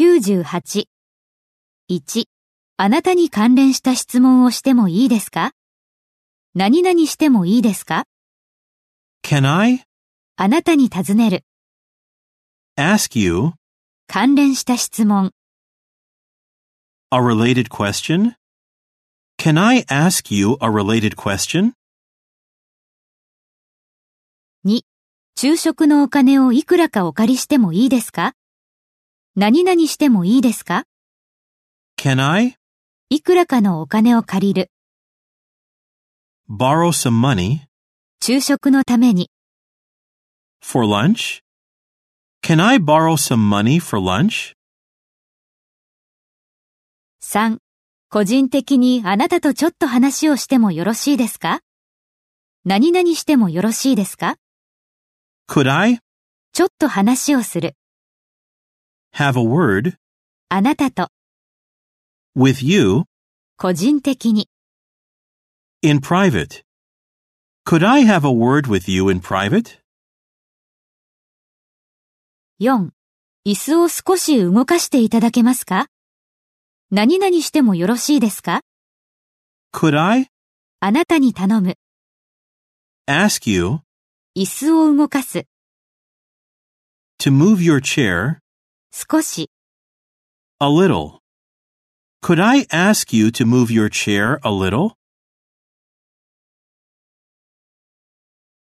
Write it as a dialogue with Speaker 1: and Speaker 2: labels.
Speaker 1: 98。1、あなたに関連した質問をしてもいいですか何々してもいいですか
Speaker 2: Can I
Speaker 1: あなたに尋ねる。
Speaker 2: ask you
Speaker 1: 関連した質問。
Speaker 2: a related question? Can I ask you a related question?
Speaker 1: 昼食のお金をいくらかお借りしてもいいですか何々してもいいですか
Speaker 2: Can I
Speaker 1: いくらかのお金を借りる。
Speaker 2: borrow some money
Speaker 1: 昼食のために。
Speaker 2: for lunch? Can I borrow some money for lunch?
Speaker 1: 3. 個人的にあなたとちょっと話をしてもよろしいですか何々してもよろしいですか
Speaker 2: Could I
Speaker 1: ちょっと話をする。
Speaker 2: have a word
Speaker 1: あなたと、
Speaker 2: with you
Speaker 1: 個人的に。
Speaker 2: in private? Could I have a word with you in private?
Speaker 1: 4. 椅子を少し動かしていただけますか何々してもよろしいですか
Speaker 2: Could I
Speaker 1: あなたに頼む。
Speaker 2: ask you
Speaker 1: 椅子を動かす。
Speaker 2: to move your chair
Speaker 1: 少し。
Speaker 2: a little? Could I ask you to move your chair a little?